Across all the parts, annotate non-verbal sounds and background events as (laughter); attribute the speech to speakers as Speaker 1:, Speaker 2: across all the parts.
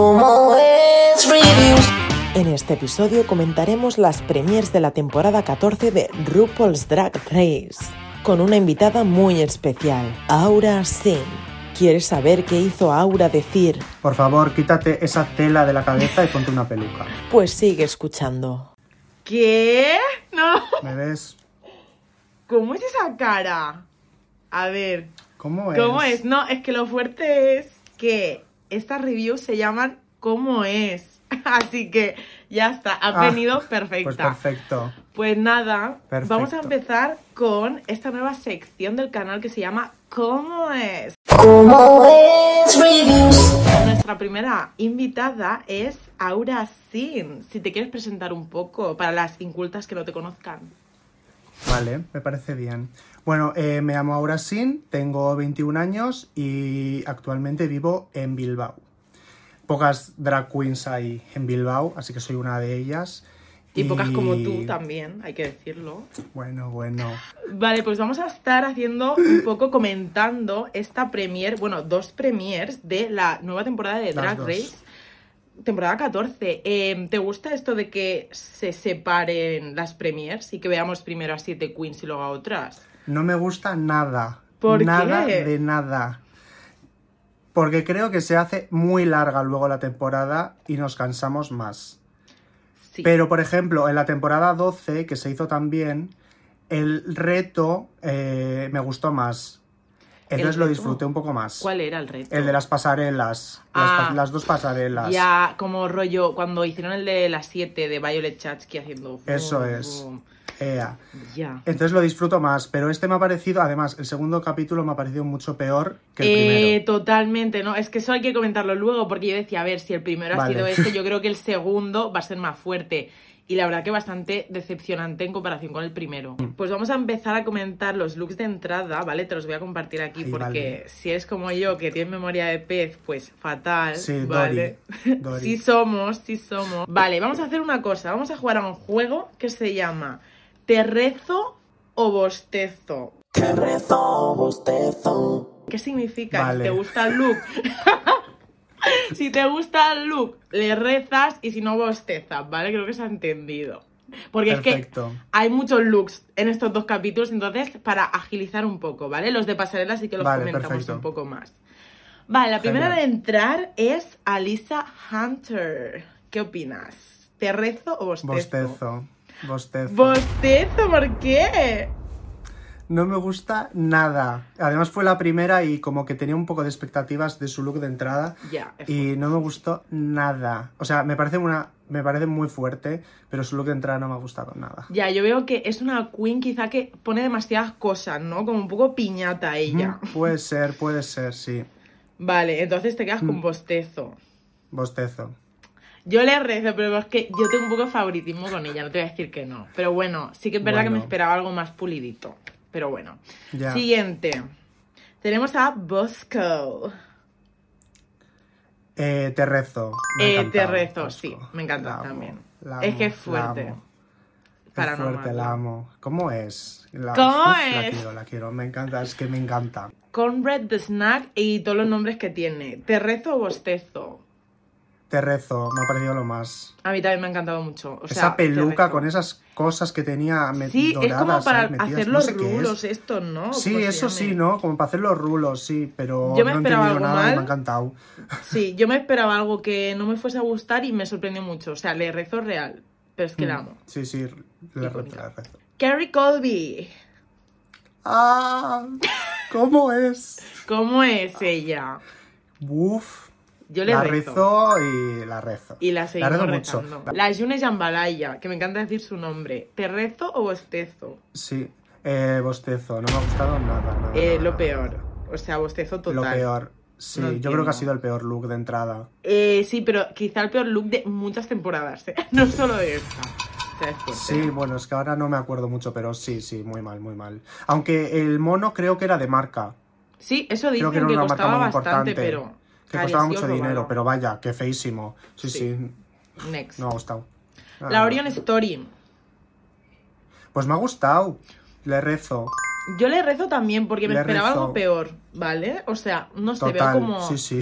Speaker 1: como es Reviews.
Speaker 2: En este episodio comentaremos las premiers de la temporada 14 de RuPaul's Drag Race, con una invitada muy especial, Aura Singh. ¿Quieres saber qué hizo Aura decir?
Speaker 3: Por favor, quítate esa tela de la cabeza y ponte una peluca.
Speaker 2: Pues sigue escuchando.
Speaker 4: ¿Qué? No.
Speaker 3: ¿Me ves?
Speaker 4: ¿Cómo es esa cara? A ver,
Speaker 3: ¿Cómo es?
Speaker 4: ¿cómo es? No, es que lo fuerte es que estas reviews se llaman ¿Cómo es? (laughs) Así que ya está, ha
Speaker 3: Ah,
Speaker 4: venido
Speaker 3: Pues
Speaker 4: perfecta. Pues,
Speaker 3: perfecto.
Speaker 4: nada,
Speaker 3: Perfecto.
Speaker 4: vamos a empezar con esta nueva sección del canal que se llama ¿Cómo es?
Speaker 1: Como es Reviews.
Speaker 4: Nuestra primera invitada es Aura Sin. Si te quieres presentar un poco para las incultas que no te conozcan.
Speaker 3: Vale, me parece bien. Bueno, eh, me llamo Aura Sin, tengo 21 años y actualmente vivo en Bilbao. Pocas drag queens hay en Bilbao, así que soy una de ellas.
Speaker 4: Y pocas como tú también, hay que decirlo.
Speaker 3: Bueno, bueno.
Speaker 4: Vale, pues vamos a estar haciendo un poco comentando esta premier, bueno, dos premiers de la nueva temporada de
Speaker 3: Las
Speaker 4: Drag
Speaker 3: dos.
Speaker 4: Race, temporada 14. Eh, ¿Te gusta esto de que se separen las premiers y que veamos primero a siete queens y luego a otras?
Speaker 3: No me gusta nada.
Speaker 4: ¿Por
Speaker 3: nada
Speaker 4: qué?
Speaker 3: de nada. Porque creo que se hace muy larga luego la temporada y nos cansamos más.
Speaker 4: Sí.
Speaker 3: Pero, por ejemplo, en la temporada 12, que se hizo también, el reto eh, me gustó más. Entonces
Speaker 4: ¿El
Speaker 3: lo
Speaker 4: reto?
Speaker 3: disfruté un poco más.
Speaker 4: ¿Cuál era el reto?
Speaker 3: El de las pasarelas. Las,
Speaker 4: Ah.
Speaker 3: pa- las dos pasarelas.
Speaker 4: Ya, como rollo, cuando hicieron el de las 7 de Violet Chachki haciendo...
Speaker 3: Eso es. Ea.
Speaker 4: Ya.
Speaker 3: Entonces lo disfruto más, pero este me ha parecido, además, el segundo capítulo me ha parecido mucho peor que el
Speaker 4: Eh,
Speaker 3: primero.
Speaker 4: totalmente, ¿no? Es que eso hay que comentarlo luego, porque yo decía, a ver, si el primero
Speaker 3: Vale.
Speaker 4: ha
Speaker 3: (laughs)
Speaker 4: sido este, yo creo que el segundo va a ser más fuerte. Y la verdad que bastante decepcionante en comparación con el primero.
Speaker 3: Mm.
Speaker 4: Pues vamos a empezar a comentar los looks de entrada, ¿vale? Te los voy a compartir aquí
Speaker 3: Ay,
Speaker 4: porque
Speaker 3: vale.
Speaker 4: si eres como yo, que tienes memoria de pez, pues fatal,
Speaker 3: Sí,
Speaker 4: ¿vale?
Speaker 3: Dori. Dori.
Speaker 4: (laughs) Sí somos, sí somos. Vale, vamos a hacer una cosa. Vamos a jugar a un juego que se llama Te rezo o bostezo.
Speaker 1: Te rezo, bostezo.
Speaker 4: ¿Qué significa?
Speaker 3: Vale.
Speaker 4: Si te gusta el look. (laughs) si te gusta el look, le rezas y si no bostezas, ¿vale? Creo que se ha entendido. Porque es que
Speaker 3: Perfecto.
Speaker 4: hay muchos looks en estos dos capítulos, entonces para agilizar un poco, ¿vale? Los de pasarela sí que los
Speaker 3: Vale,
Speaker 4: comentamos
Speaker 3: perfecto.
Speaker 4: un poco más. Vale, la primera
Speaker 3: Genial.
Speaker 4: de entrar es Alisa Hunter. ¿Qué opinas? ¿Te rezo o bostezo?
Speaker 3: Bostezo. Bostezo.
Speaker 4: ¿Bostezo? ¿Por qué?
Speaker 3: No me gusta nada. Además fue la primera y como que tenía un poco de expectativas de su look de entrada
Speaker 4: Ya, es
Speaker 3: y no me gustó nada. O sea, me parece una me parece muy fuerte, pero su look de entrada no me ha gustado nada.
Speaker 4: Ya, yo veo que es una queen quizá que pone demasiadas cosas, ¿no? Como un poco piñata ella.
Speaker 3: Mm, Puede ser, puede ser, sí.
Speaker 4: Vale, entonces te quedas
Speaker 3: Mm.
Speaker 4: con bostezo.
Speaker 3: Bostezo.
Speaker 4: Yo le rezo, pero es que yo tengo un poco de favoritismo con ella, no te voy a decir que no. Pero bueno, sí que es verdad que me
Speaker 3: Bueno.
Speaker 4: esperaba algo más pulidito. Pero bueno.
Speaker 3: Ya.
Speaker 4: Siguiente. Tenemos a Bosco.
Speaker 3: Eh, te rezo. Me
Speaker 4: Eh,
Speaker 3: encantaba,
Speaker 4: te rezo,
Speaker 3: Bosco.
Speaker 4: sí, me encanta
Speaker 3: La amo,
Speaker 4: también.
Speaker 3: la
Speaker 4: es que
Speaker 3: amo,
Speaker 4: es fuerte.
Speaker 3: la amo.
Speaker 4: Para
Speaker 3: es fuerte,
Speaker 4: normal.
Speaker 3: la amo. ¿Cómo es? La,
Speaker 4: ¿Cómo
Speaker 3: La
Speaker 4: es?
Speaker 3: quiero, la quiero. Me encanta, es que me encanta.
Speaker 4: Conrad the Snack y todos los nombres que tiene. Te rezo o bostezo.
Speaker 3: Te rezo, me ha parecido lo más.
Speaker 4: A mí también me ha encantado mucho. O sea,
Speaker 3: Esa peluca
Speaker 4: te
Speaker 3: con esas cosas que tenía me-
Speaker 4: Sí, es como
Speaker 3: doradas
Speaker 4: para
Speaker 3: ahí metidas,
Speaker 4: hacer
Speaker 3: no
Speaker 4: los
Speaker 3: sé qué es.
Speaker 4: rulos estos, ¿no? ¿Cómo
Speaker 3: Sí,
Speaker 4: se
Speaker 3: eso sí,
Speaker 4: llaman?
Speaker 3: ¿no? Como para hacer los rulos, sí, pero
Speaker 4: Yo me
Speaker 3: no he
Speaker 4: esperaba
Speaker 3: entendido
Speaker 4: algo
Speaker 3: nada y me
Speaker 4: mal.
Speaker 3: ha encantado.
Speaker 4: Sí, yo me esperaba algo que no me fuese a gustar y me sorprendió mucho. O sea, le rezo real, pero
Speaker 3: Mm.
Speaker 4: es que la amo.
Speaker 3: Sí, sí, le reto,
Speaker 4: Icónica.
Speaker 3: le reto.
Speaker 4: Carrie Colby,
Speaker 3: ¡Ah! ¿Cómo
Speaker 4: (laughs)
Speaker 3: es?
Speaker 4: ¿cómo es ella?
Speaker 3: ¡Buf!
Speaker 4: Yo le
Speaker 3: la
Speaker 4: rezo.
Speaker 3: rezo y la rezo.
Speaker 4: Y la seguimos
Speaker 3: rezo mucho.
Speaker 4: rezando. La June Jambalaya, que me encanta decir su nombre. ¿Te rezo o bostezo?
Speaker 3: Sí, eh, bostezo, no me ha gustado nada. nada,
Speaker 4: Eh,
Speaker 3: nada,
Speaker 4: lo
Speaker 3: nada.
Speaker 4: peor. O sea, bostezo total.
Speaker 3: Lo peor. Sí,
Speaker 4: No
Speaker 3: yo creo que
Speaker 4: entiendo.
Speaker 3: ha sido el peor look de entrada.
Speaker 4: Eh, sí, pero quizá el peor look de muchas temporadas, ¿eh? (laughs) No solo de esta. O sea, es fuerte.
Speaker 3: Sí, bueno, es que ahora no me acuerdo mucho, pero sí, sí, muy mal, muy mal. Aunque el mono creo que era de marca,
Speaker 4: Sí, eso
Speaker 3: Creo
Speaker 4: dicen
Speaker 3: que era
Speaker 4: que,
Speaker 3: una marca
Speaker 4: costaba
Speaker 3: muy
Speaker 4: bastante,
Speaker 3: importante,
Speaker 4: pero.
Speaker 3: que
Speaker 4: Cari,
Speaker 3: costaba
Speaker 4: ha sido
Speaker 3: mucho dinero,
Speaker 4: robado.
Speaker 3: pero vaya, qué feísimo. Sí, sí,
Speaker 4: Sí. Next.
Speaker 3: no me ha gustado. Ah,
Speaker 4: La Orion Story.
Speaker 3: Pues me ha gustado, le rezo.
Speaker 4: Yo le rezo también porque me
Speaker 3: Le
Speaker 4: esperaba
Speaker 3: rezo.
Speaker 4: algo peor, ¿vale? O sea, no sé, veo
Speaker 3: Total,
Speaker 4: como.
Speaker 3: sí, sí.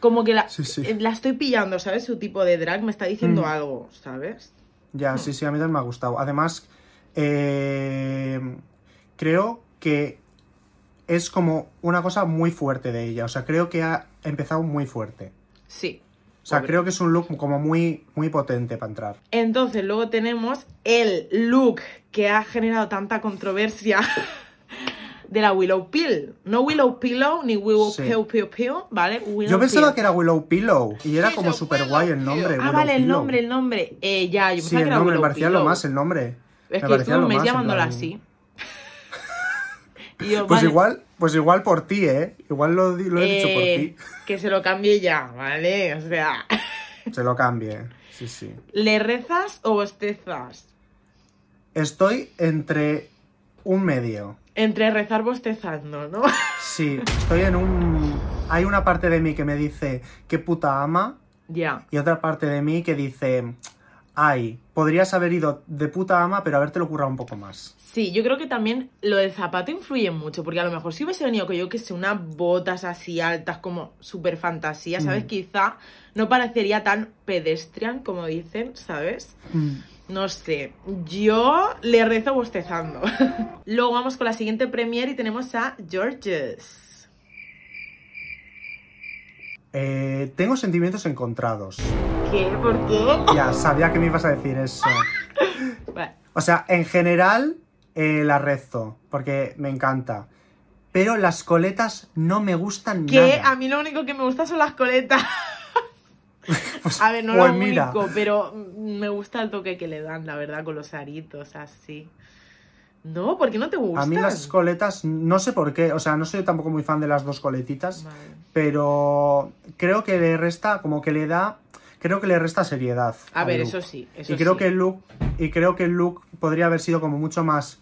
Speaker 4: Como que la,
Speaker 3: Sí, sí.
Speaker 4: eh, la estoy pillando, ¿sabes? Su tipo de drag me está diciendo
Speaker 3: Mm.
Speaker 4: algo, ¿sabes? Mm.
Speaker 3: Ya, sí, sí, a mí también me ha gustado. Además, eh, creo que es como una cosa muy fuerte de ella. O sea, creo que ha empezado muy fuerte.
Speaker 4: Sí.
Speaker 3: O sea,
Speaker 4: Pobre.
Speaker 3: creo que es un look como muy, muy potente para entrar.
Speaker 4: Entonces, luego tenemos el look que ha generado tanta controversia (laughs) de la Willow Pill. No Willow Pillow ni Willow
Speaker 3: Sí.
Speaker 4: Pill Pill Pill, ¿vale? Willow
Speaker 3: Yo pensaba
Speaker 4: Pill.
Speaker 3: que era Willow Pillow y era como súper guay el nombre.
Speaker 4: Ah,
Speaker 3: Willow
Speaker 4: vale, el
Speaker 3: Pillow.
Speaker 4: nombre, el nombre. Eh, ya, yo pensaba
Speaker 3: Sí,
Speaker 4: que
Speaker 3: el
Speaker 4: era
Speaker 3: nombre, me
Speaker 4: Willow
Speaker 3: parecía lo
Speaker 4: Pillow.
Speaker 3: más el nombre.
Speaker 4: Es
Speaker 3: Me
Speaker 4: que
Speaker 3: parecía
Speaker 4: estuve
Speaker 3: lo
Speaker 4: un mes
Speaker 3: más, en
Speaker 4: llamándola
Speaker 3: plan-
Speaker 4: así. (laughs) Y yo,
Speaker 3: Pues
Speaker 4: vale,
Speaker 3: igual, pues igual por ti, ¿eh? Igual lo, di- lo he dicho
Speaker 4: eh,
Speaker 3: por
Speaker 4: Que se lo cambie ya, ¿vale? O sea,
Speaker 3: ti. Se lo cambie. Sí, sí.
Speaker 4: ¿le rezas o bostezas?
Speaker 3: Estoy entre un medio.
Speaker 4: Entre rezar bostezando, ¿no? (laughs)
Speaker 3: Sí, estoy en un... Hay una parte de mí que me dice, qué puta ama,
Speaker 4: ya.
Speaker 3: y otra parte de mí que dice, ay, podrías haber ido de puta ama, pero haberte lo currado un poco más.
Speaker 4: Sí, yo creo que también lo del zapato influye mucho, porque a lo mejor si hubiese venido que yo que sé, unas botas así altas, como super fantasía, ¿sabes?
Speaker 3: Mm.
Speaker 4: Quizá no parecería tan pedestrian como dicen, ¿sabes? No sé, yo le rezo bostezando. (laughs) Luego vamos con la siguiente premier y tenemos a Georges.
Speaker 3: Eh, tengo sentimientos encontrados.
Speaker 4: ¿Qué? ¿Por qué?
Speaker 3: Ya, sabía que me ibas a decir eso.
Speaker 4: Vale,
Speaker 3: O sea, en general eh, la rezo, porque me encanta. Pero las coletas no me gustan
Speaker 4: Que
Speaker 3: nada.
Speaker 4: a mí lo único que me gusta son las coletas. A ver,
Speaker 3: (laughs)
Speaker 4: no
Speaker 3: Pues
Speaker 4: lo
Speaker 3: mira.
Speaker 4: único, pero mm, me gusta el toque que le dan, la verdad, con los aritos así. No, ¿por qué no te gustan?
Speaker 3: A mí las coletas, no sé por qué, o sea, no soy tampoco muy fan de las dos coletitas,
Speaker 4: Vale.
Speaker 3: pero creo que le resta, como que le da, creo que le resta seriedad.
Speaker 4: A
Speaker 3: al
Speaker 4: ver,
Speaker 3: look.
Speaker 4: eso sí, eso
Speaker 3: y creo
Speaker 4: sí.
Speaker 3: que el look, y creo que el look podría haber sido como mucho más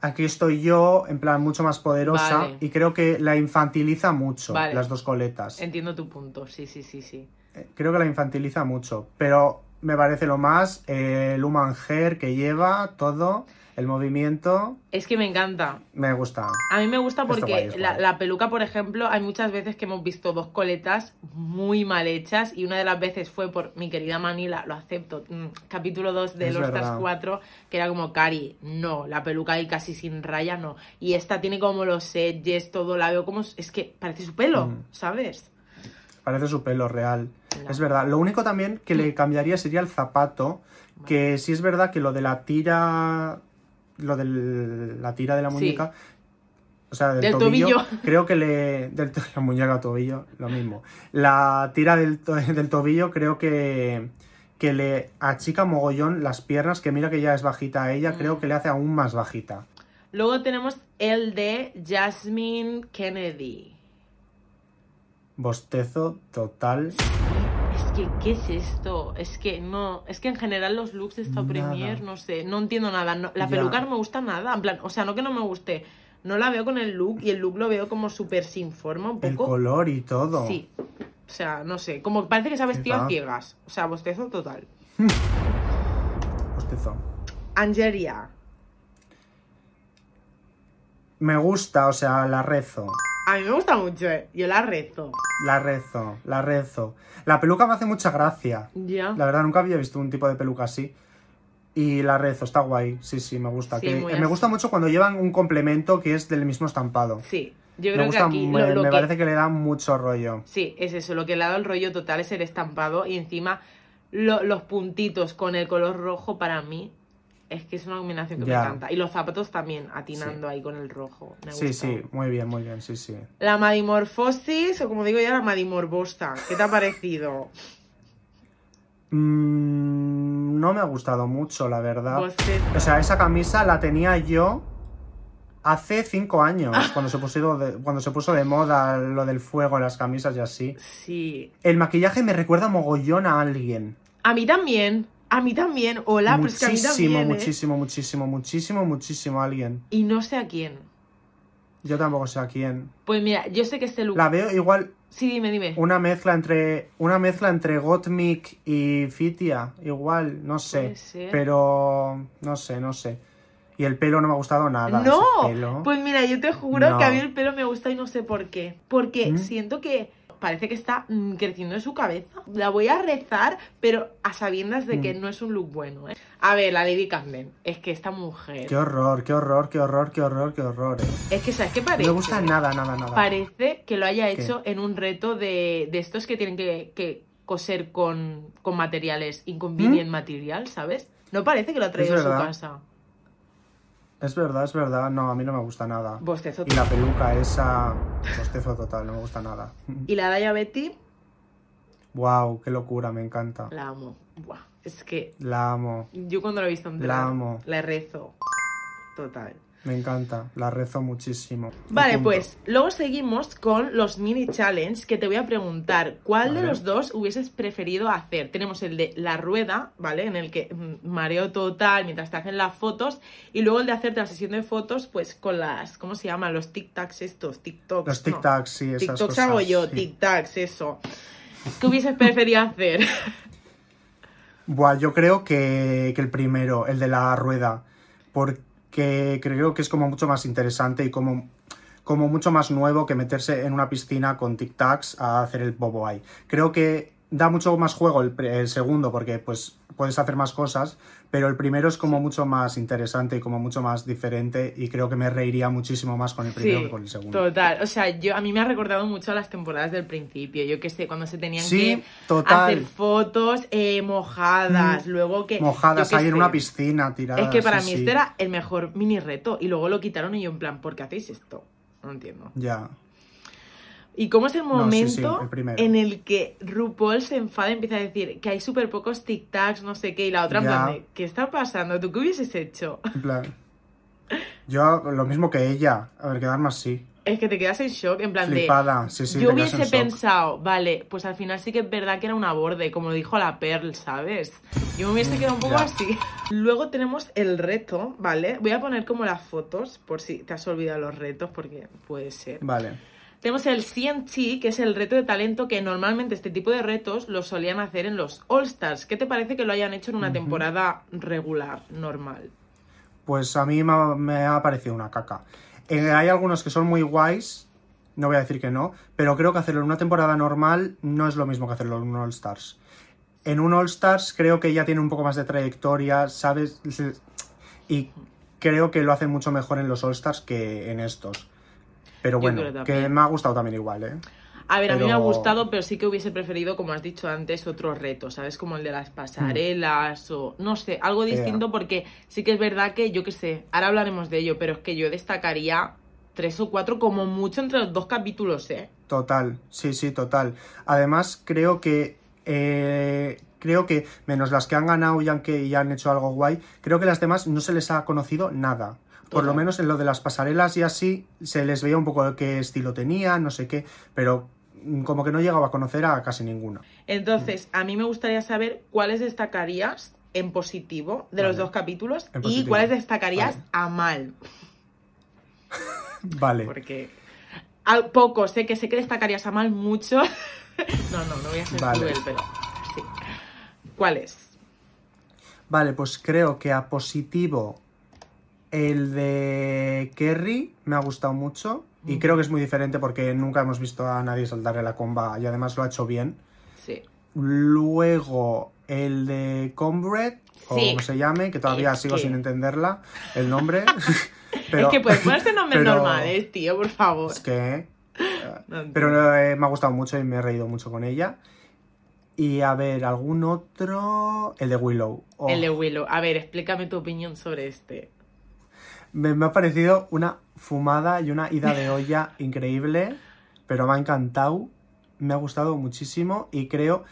Speaker 3: aquí estoy yo, en plan mucho más poderosa,
Speaker 4: Vale.
Speaker 3: y creo que la infantiliza mucho
Speaker 4: Vale.
Speaker 3: las dos coletas. Eh,
Speaker 4: Entiendo tu punto, sí, sí, sí, sí.
Speaker 3: Creo que la infantiliza mucho, pero me parece lo más eh, el human hair que lleva, todo, el movimiento,
Speaker 4: Es que me encanta,
Speaker 3: me gusta.
Speaker 4: A mí me gusta
Speaker 3: Está
Speaker 4: porque
Speaker 3: guay, está
Speaker 4: la,
Speaker 3: guay.
Speaker 4: la peluca, por ejemplo, hay muchas veces que hemos visto dos coletas muy mal hechas y una de las veces fue por mi querida Manila, lo acepto, mm, capítulo 2 de
Speaker 3: Es
Speaker 4: Los Stars
Speaker 3: verdad.
Speaker 4: 4, que era como, Cari, no, la peluca ahí casi sin raya, no. Y esta tiene como los edges, todo, la veo como, es que parece su pelo,
Speaker 3: Mm.
Speaker 4: ¿sabes?
Speaker 3: Parece su pelo real.
Speaker 4: No.
Speaker 3: Es verdad. Lo único también que le cambiaría sería el zapato. Que sí es verdad que lo de la tira. Lo de la tira de la
Speaker 4: Sí.
Speaker 3: muñeca. O sea, del,
Speaker 4: Del
Speaker 3: tobillo,
Speaker 4: tobillo.
Speaker 3: (laughs) Creo que le. Del to- la muñeca tobillo, lo mismo. La tira del, to- (laughs) del tobillo, creo que. Que le achica mogollón las piernas. Que mira que ya es bajita a ella. Creo que le hace aún más bajita.
Speaker 4: Luego tenemos el de Jasmine Kennedy.
Speaker 3: Bostezo total.
Speaker 4: Es que, ¿qué es esto? Es que no, es que en general los looks de esta
Speaker 3: Nada.
Speaker 4: premier, no sé, no entiendo nada. no- la
Speaker 3: Ya.
Speaker 4: peluca no me gusta nada, en plan, o sea, no que no me guste, no la veo con el look y el look lo veo como súper sin forma un
Speaker 3: El
Speaker 4: poco.
Speaker 3: color y todo.
Speaker 4: Sí, o sea, no sé, como que parece que se ha vestido a
Speaker 3: va.
Speaker 4: ciegas, o sea, bostezo total.
Speaker 3: Bostezo.
Speaker 4: Angeria,
Speaker 3: Me gusta, o sea, la rezo.
Speaker 4: a mí me gusta mucho, eh, yo la rezo.
Speaker 3: La rezo, la rezo. La peluca me hace mucha gracia.
Speaker 4: Ya.
Speaker 3: La verdad, nunca había visto un tipo de peluca así. Y la rezo, está guay. Sí, sí, me gusta.
Speaker 4: Sí,
Speaker 3: Que-
Speaker 4: muy
Speaker 3: eh, me
Speaker 4: así.
Speaker 3: gusta mucho cuando llevan un complemento que es del mismo estampado.
Speaker 4: Sí, yo
Speaker 3: me
Speaker 4: creo que
Speaker 3: gusta,
Speaker 4: aquí
Speaker 3: me,
Speaker 4: lo, lo
Speaker 3: me
Speaker 4: que
Speaker 3: parece que le da mucho rollo.
Speaker 4: Sí, es eso, lo que le ha dado el rollo total es el estampado y encima lo- los puntitos con el color rojo para mí es que es una combinación que
Speaker 3: Ya.
Speaker 4: me encanta. Y los zapatos también atinando ahí con el rojo. Me
Speaker 3: Sí,
Speaker 4: gusta.
Speaker 3: sí, muy bien, muy bien, sí, sí.
Speaker 4: La madimorfosis, o como digo ya, la madimorbosa. ¿Qué te ha parecido?
Speaker 3: Mm, no me ha gustado mucho, la verdad.
Speaker 4: Bostezo.
Speaker 3: O sea, esa camisa la tenía yo hace cinco años,
Speaker 4: Ah.
Speaker 3: cuando se, pusieron de- cuando se puso de moda lo del fuego, las camisas y así.
Speaker 4: Sí.
Speaker 3: El maquillaje me recuerda mogollón a alguien.
Speaker 4: A mí también. A mí también. Hola, pero es que a mí
Speaker 3: muchísimo,
Speaker 4: también. ¿eh?
Speaker 3: muchísimo, muchísimo, muchísimo, muchísimo a alguien.
Speaker 4: Y no sé a quién.
Speaker 3: Yo tampoco sé a quién.
Speaker 4: Pues mira, yo sé que este look.
Speaker 3: La veo igual
Speaker 4: Sí, dime, dime.
Speaker 3: una mezcla entre una mezcla entre Gottmik y Fitia, igual, no sé,
Speaker 4: Puede ser.
Speaker 3: pero no sé, no sé. Y el pelo no me ha gustado nada. ese pelo.
Speaker 4: No, pues mira, Pues yo te juro que a mí
Speaker 3: No.
Speaker 4: el pelo me gusta y no sé por qué. Porque
Speaker 3: ¿Mm?
Speaker 4: siento que pero parece que está mm, creciendo en su cabeza. La voy a rezar, pero a sabiendas de que
Speaker 3: Mm.
Speaker 4: no es un look bueno. ¿eh? A ver, la Lady Camden. Es que esta mujer.
Speaker 3: Qué horror, qué horror, qué horror, qué horror, qué horror. eh.
Speaker 4: Es que, ¿sabes qué
Speaker 3: No
Speaker 4: parece?
Speaker 3: me gusta nada, nada, nada.
Speaker 4: Parece que lo haya
Speaker 3: ¿Qué?
Speaker 4: hecho en un reto de, de estos que tienen que, que coser con, con materiales, inconvenient material, ¿sabes? No parece que lo ha traído a su
Speaker 3: ¿Mm? verdad.
Speaker 4: casa.
Speaker 3: Es verdad, es verdad. No, a mí no me gusta nada.
Speaker 4: Bostezo.
Speaker 3: Y la peluca esa. Bostezo total, no me gusta nada.
Speaker 4: Y la Daya Betty,
Speaker 3: Wow, qué locura, me encanta.
Speaker 4: la amo. Buah, es que
Speaker 3: La amo,
Speaker 4: yo cuando la he visto entrar,
Speaker 3: La amo.
Speaker 4: la rezo. Total.
Speaker 3: me encanta. La rezo muchísimo. Y
Speaker 4: Vale,
Speaker 3: punto.
Speaker 4: pues luego seguimos con los mini challenge que te voy a preguntar cuál de
Speaker 3: Vale.
Speaker 4: los dos hubieses preferido hacer. Tenemos el de la rueda, ¿vale? En el que mm, mareo total mientras te hacen las fotos y luego el de hacerte la sesión de fotos pues con las, ¿cómo se llaman? Los tic tacs estos, TikToks.
Speaker 3: Los
Speaker 4: ¿no?
Speaker 3: tic-tacs, sí, esas
Speaker 4: TikToks
Speaker 3: cosas.
Speaker 4: hago yo,
Speaker 3: sí.
Speaker 4: tic tacs, eso. ¿Qué hubieses preferido hacer?
Speaker 3: (laughs) Buah, yo creo que, que el primero, el de la rueda, porque creo que es como mucho más interesante y como, como mucho más nuevo que meterse en una piscina con tic-tacs a hacer el bobo ahí. Creo que da mucho más juego el, pre- el segundo porque pues puedes hacer más cosas, pero el primero es como mucho más interesante y como mucho más diferente y creo que me reiría muchísimo más con el primero que con el segundo.
Speaker 4: Total, o sea, yo a mí me ha recordado mucho a las temporadas del principio, yo que sé, cuando se tenían
Speaker 3: Sí,
Speaker 4: que
Speaker 3: total.
Speaker 4: hacer fotos eh, mojadas,
Speaker 3: Mm.
Speaker 4: luego que
Speaker 3: Mojadas
Speaker 4: yo qué
Speaker 3: ahí en
Speaker 4: sé.
Speaker 3: una piscina tiradas.
Speaker 4: Es que para
Speaker 3: sí,
Speaker 4: mí
Speaker 3: sí.
Speaker 4: este era el mejor mini reto y luego lo quitaron y yo en plan, ¿por qué hacéis esto? No entiendo.
Speaker 3: Ya.
Speaker 4: ¿Y cómo es el
Speaker 3: No, sí,
Speaker 4: momento
Speaker 3: sí, el primero.
Speaker 4: en el que RuPaul se enfada y empieza a decir que hay súper pocos tic-tacs, no sé qué, y la otra en
Speaker 3: Ya.
Speaker 4: plan, de, ¿qué está pasando? ¿Tú qué hubieses hecho?
Speaker 3: En plan. Yo lo mismo que ella. A ver, quedarme así.
Speaker 4: Es que te quedas en shock, en plan de...
Speaker 3: Flipada. Sí, sí,
Speaker 4: yo
Speaker 3: te quedas en
Speaker 4: hubiese
Speaker 3: shock.
Speaker 4: pensado, vale, pues al final sí que es verdad que era una borde, como dijo la Pearl, ¿sabes? Yo me hubiese quedado un poco
Speaker 3: ya.
Speaker 4: así. Luego tenemos el reto, ¿vale? Voy a poner como las fotos, por si te has olvidado los retos, porque puede ser.
Speaker 3: Vale.
Speaker 4: Tenemos el CNT, que es el reto de talento que normalmente este tipo de retos los solían hacer en los All Stars. ¿Qué te parece que lo hayan hecho en una temporada regular, normal?
Speaker 3: Pues a mí me ha, me ha parecido una caca. Eh, hay algunos que son muy guays. No voy a decir que no. Pero creo que hacerlo en una temporada normal no es lo mismo que hacerlo en un All Stars. En un All Stars creo que ya tiene un poco más de trayectoria, ¿sabes? Y creo que lo hacen mucho mejor en los All Stars que en estos. Pero
Speaker 4: Yo
Speaker 3: bueno,
Speaker 4: creo también.
Speaker 3: que me ha gustado también igual, ¿eh?
Speaker 4: A ver, a mí me ha
Speaker 3: Pero-
Speaker 4: gustado, pero sí que hubiese preferido, como has dicho antes, otro reto, ¿sabes? Como el de las pasarelas o no sé, algo
Speaker 3: Ya.
Speaker 4: distinto porque sí que es verdad que yo qué sé, ahora hablaremos de ello, pero es que yo destacaría tres o cuatro como mucho entre los dos capítulos, ¿eh?
Speaker 3: Total, sí, sí, total. Además, creo que. eh, creo que, menos las que han ganado y han, que, y han hecho algo guay, creo que las demás no se les ha conocido nada. Por lo
Speaker 4: Total.
Speaker 3: menos en lo de las pasarelas y así, se les veía un poco qué estilo tenía, no sé qué, pero mm, como que no llegaba a conocer a casi ninguna.
Speaker 4: Entonces,
Speaker 3: Mm.
Speaker 4: a mí me gustaría saber cuáles destacarías en positivo de los
Speaker 3: Vale.
Speaker 4: dos capítulos
Speaker 3: En
Speaker 4: y
Speaker 3: positivo.
Speaker 4: cuáles destacarías
Speaker 3: Vale.
Speaker 4: a mal,
Speaker 3: Vale,
Speaker 4: porque a poco sé que sé que destacarías a mal mucho. (laughs) no, no, no voy a ser
Speaker 3: Vale.
Speaker 4: cruel, pero sí. ¿Cuáles?
Speaker 3: vale, pues creo que a positivo el de Kerry me ha gustado mucho y creo que es muy diferente porque nunca hemos visto a nadie saltarle la comba y además lo ha hecho bien.
Speaker 4: Sí.
Speaker 3: Luego el de Combred, o
Speaker 4: Sí.
Speaker 3: como se llame, que todavía
Speaker 4: Es
Speaker 3: sigo
Speaker 4: que-
Speaker 3: sin entenderla, el nombre. (laughs) pero,
Speaker 4: (laughs) es que pues, puedes ponerse nombres
Speaker 3: pero-
Speaker 4: normales, tío, por favor.
Speaker 3: Es que.
Speaker 4: No entiendo.
Speaker 3: Pero eh, me ha gustado mucho y me he reído mucho con ella. Y a ver, algún otro. El de Willow. Oh,
Speaker 4: El de Willow. A ver, explícame tu opinión sobre este.
Speaker 3: me, me ha parecido una fumada y una ida de
Speaker 4: (laughs)
Speaker 3: olla increíble, pero me ha encantado. Me ha gustado muchísimo y creo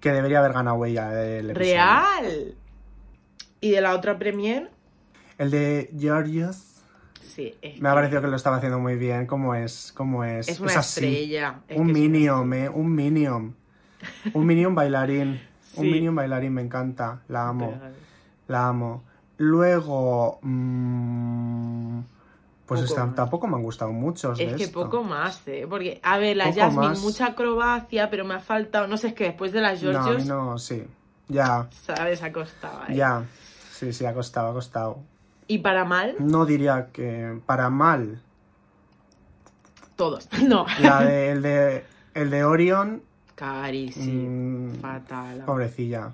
Speaker 3: que debería haber ganado ella el episodio.
Speaker 4: ¡Real! ¿Y de la otra premier?
Speaker 3: El de Georgios.
Speaker 4: Sí. es
Speaker 3: Me ha
Speaker 4: que
Speaker 3: parecido que lo estaba haciendo muy bien, como es, como es.
Speaker 4: Es una
Speaker 3: es así.
Speaker 4: estrella. es
Speaker 3: un
Speaker 4: que es una
Speaker 3: minion, eh, un minion. Un minion bailarín.
Speaker 4: Sí. eh.
Speaker 3: Un minion bailarín, me encanta. La amo,
Speaker 4: estrella.
Speaker 3: la amo. Luego. mm, pues
Speaker 4: Poco
Speaker 3: está-
Speaker 4: más.
Speaker 3: tampoco me han gustado muchos.
Speaker 4: Es
Speaker 3: de
Speaker 4: que
Speaker 3: esto.
Speaker 4: poco más, ¿eh? Porque, a ver, la
Speaker 3: Poco
Speaker 4: Jasmine,
Speaker 3: más.
Speaker 4: mucha acrobacia, pero me ha faltado. No sé, es que después de las
Speaker 3: No, a mí
Speaker 4: Georgios,
Speaker 3: no, sí. Ya,
Speaker 4: ¿sabes? Acostaba. ¿eh?
Speaker 3: ya. Sí, sí, ha costado, ha costado.
Speaker 4: Y para mal,
Speaker 3: No diría que para mal.
Speaker 4: todos. (laughs) No.
Speaker 3: La de, el de El de Orion,
Speaker 4: Carísimo.
Speaker 3: Mm,
Speaker 4: fatal.
Speaker 3: pobrecilla.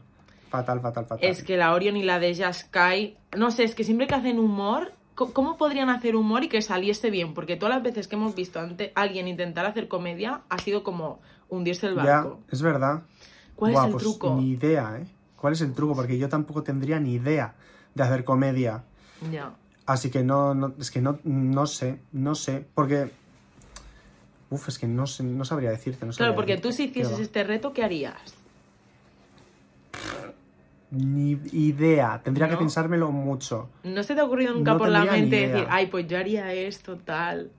Speaker 3: Fatal, fatal, fatal.
Speaker 4: Es que la Orion y la de Sky, no sé, es que siempre que hacen humor, co- ¿cómo podrían hacer humor y que saliese bien? Porque todas las veces que hemos visto ante alguien intentar hacer comedia ha sido como hundirse el
Speaker 3: ya,
Speaker 4: barco.
Speaker 3: es verdad.
Speaker 4: ¿Cuál
Speaker 3: Buah,
Speaker 4: es el
Speaker 3: pues
Speaker 4: truco?
Speaker 3: Ni idea, ¿eh? ¿Cuál es el truco? Porque yo tampoco tendría ni idea de hacer comedia.
Speaker 4: Ya.
Speaker 3: Así que no, no- es que no, no sé, no sé, porque... Uf, es que no, sé- no sabría decirte. No
Speaker 4: Claro,
Speaker 3: sabría
Speaker 4: porque
Speaker 3: decirte.
Speaker 4: tú si
Speaker 3: ¿Qué va?
Speaker 4: hicieses este reto, ¿qué harías?
Speaker 3: Ni idea, tendría que
Speaker 4: ¿No?
Speaker 3: pensármelo mucho.
Speaker 4: ¿No se te ha ocurrido nunca
Speaker 3: No
Speaker 4: por la
Speaker 3: tendría ni
Speaker 4: mente
Speaker 3: idea.
Speaker 4: decir, ay, pues yo haría esto, tal?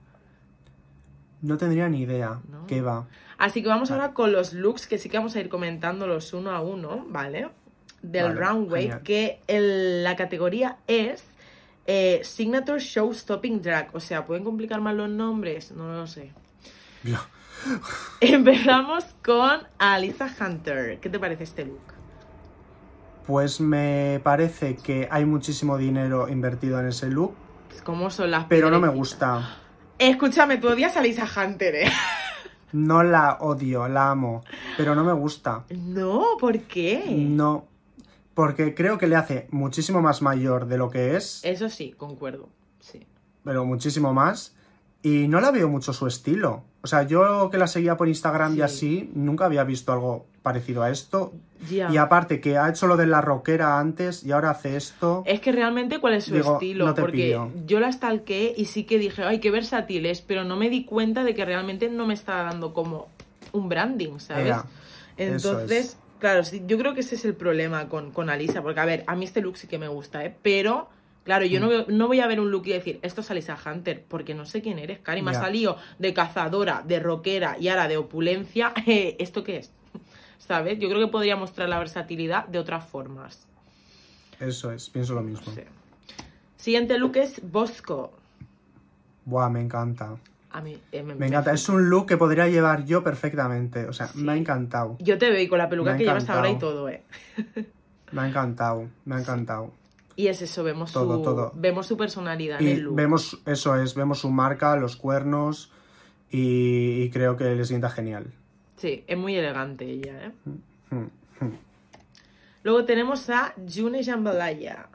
Speaker 3: No tendría ni idea.
Speaker 4: ¿No?
Speaker 3: ¿Qué va?
Speaker 4: Así que vamos
Speaker 3: Vale.
Speaker 4: ahora con los looks, que sí que vamos a ir comentándolos uno a uno, ¿vale?
Speaker 3: Vale,
Speaker 4: Del runway,
Speaker 3: genial.
Speaker 4: que el- la categoría es eh, Signature Show Stopping Drag. O sea, ¿pueden complicar más los nombres? No lo sé. (laughs)
Speaker 3: Ya.
Speaker 4: Empezamos con Alisa Hunter. ¿Qué te parece este look?
Speaker 3: Pues me parece que hay muchísimo dinero invertido en ese look,
Speaker 4: ¿Cómo son las
Speaker 3: pero no me
Speaker 4: piedrecitas?
Speaker 3: gusta.
Speaker 4: Escúchame, tú odias a Alisa Hunter, ¿eh? (laughs)
Speaker 3: No la odio, la amo, pero no me gusta.
Speaker 4: No, ¿por qué?
Speaker 3: No, porque creo que le hace muchísimo más mayor de lo que es,
Speaker 4: Eso sí, concuerdo. Sí.
Speaker 3: pero muchísimo más, y no la veo mucho su estilo. O sea, yo que la seguía por Instagram
Speaker 4: Sí.
Speaker 3: y así, nunca había visto algo parecido a esto.
Speaker 4: Ya.
Speaker 3: Y aparte que ha hecho lo de la roquera antes y ahora hace esto.
Speaker 4: Es que realmente cuál es su
Speaker 3: Digo,
Speaker 4: estilo,
Speaker 3: no te
Speaker 4: porque
Speaker 3: pillo.
Speaker 4: yo la stalqué y sí que dije, ay, qué versátil es, pero no me di cuenta de que realmente no me estaba dando como un branding, ¿sabes?
Speaker 3: Ea, eso
Speaker 4: Entonces,
Speaker 3: es.
Speaker 4: claro, sí, yo creo que ese es el problema con, con Alisa, porque a ver, a mí este look sí que me gusta, ¿eh? Pero, claro, yo no,
Speaker 3: Mm.
Speaker 4: veo- no voy a ver un look y decir, esto es Alisa Hunter, porque no sé quién eres, Cari, me ha
Speaker 3: Ya.
Speaker 4: salido de cazadora, de rockera y ahora de opulencia, (laughs) eh, ¿esto qué es? ¿Sabes? Yo creo que podría mostrar la versatilidad de otras formas.
Speaker 3: Eso es, pienso lo mismo.
Speaker 4: Sí. Siguiente look es Bosco.
Speaker 3: Buah, me encanta.
Speaker 4: A mí eh, me,
Speaker 3: Me encanta. Es un look que podría llevar yo perfectamente. O sea, me ha encantado.
Speaker 4: Yo te veo y con la peluca
Speaker 3: Me ha
Speaker 4: que llevas ahora y
Speaker 3: encantado.
Speaker 4: todo, ¿eh?
Speaker 3: Me ha encantado. Me ha encantado.
Speaker 4: Y es eso, vemos, su,
Speaker 3: Todo, todo.
Speaker 4: vemos su personalidad en
Speaker 3: Y
Speaker 4: el look.
Speaker 3: vemos, eso es, vemos su marca, los cuernos. Y, y creo que le sienta genial.
Speaker 4: Sí, es muy elegante ella, ¿eh?
Speaker 3: Mm.
Speaker 4: Luego tenemos a June Jambalaya.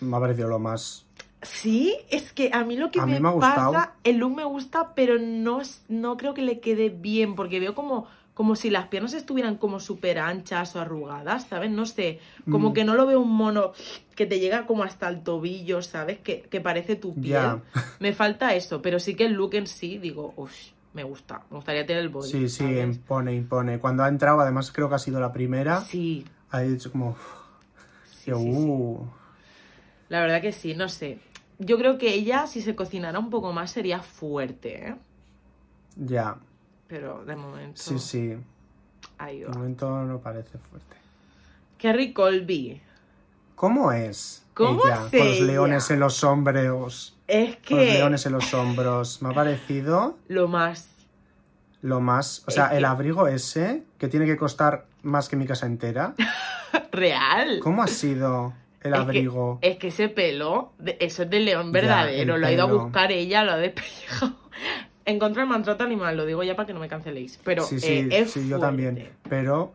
Speaker 3: Me ha parecido lo más.
Speaker 4: Sí, es que a mí lo que
Speaker 3: A mí
Speaker 4: me,
Speaker 3: me ha gustado.
Speaker 4: pasa, el look me gusta, pero no, es- no creo que le quede bien, porque veo como, como si las piernas estuvieran como súper anchas o arrugadas, ¿sabes? No sé, como
Speaker 3: Mm.
Speaker 4: que no lo veo un mono que te llega como hasta el tobillo, ¿sabes? Que, que parece tu piel.
Speaker 3: Ya. (laughs)
Speaker 4: Me falta eso, pero sí que el look en sí, digo, uff, me gusta, me gustaría tener el body.
Speaker 3: Sí, sí,
Speaker 4: ¿sabes?
Speaker 3: impone, impone. Cuando ha entrado, además creo que ha sido la primera.
Speaker 4: Sí,
Speaker 3: Ha dicho como. "Uf",
Speaker 4: sí,
Speaker 3: yo,
Speaker 4: sí, sí.
Speaker 3: "Uh".
Speaker 4: La verdad que sí, no sé. Yo creo que ella, si se cocinara un poco más, sería fuerte, ¿eh?
Speaker 3: Ya.
Speaker 4: Pero de momento.
Speaker 3: Sí, sí.
Speaker 4: Ahí
Speaker 3: De
Speaker 4: va.
Speaker 3: momento no parece fuerte.
Speaker 4: Kerry Colby.
Speaker 3: ¿Cómo es?
Speaker 4: ¿Cómo
Speaker 3: ella,
Speaker 4: es
Speaker 3: Con los
Speaker 4: ella?
Speaker 3: leones en los hombros.
Speaker 4: Es que.
Speaker 3: Con los leones en los hombros. Me ha parecido
Speaker 4: Lo más.
Speaker 3: lo más. O sea,
Speaker 4: Es que-
Speaker 3: el abrigo ese, que tiene que costar más que mi casa entera.
Speaker 4: Real.
Speaker 3: ¿Cómo ha sido el
Speaker 4: Es que-
Speaker 3: abrigo?
Speaker 4: Es que ese pelo, de- eso es del león
Speaker 3: Ya,
Speaker 4: verdadero.
Speaker 3: el
Speaker 4: lo ha ido a
Speaker 3: pelo.
Speaker 4: buscar ella, lo ha (laughs) despellejado. En contra del maltrato animal, lo digo ya para que no me canceléis. Pero
Speaker 3: sí, sí,
Speaker 4: eh, es
Speaker 3: sí, yo
Speaker 4: fuerte.
Speaker 3: también. Pero.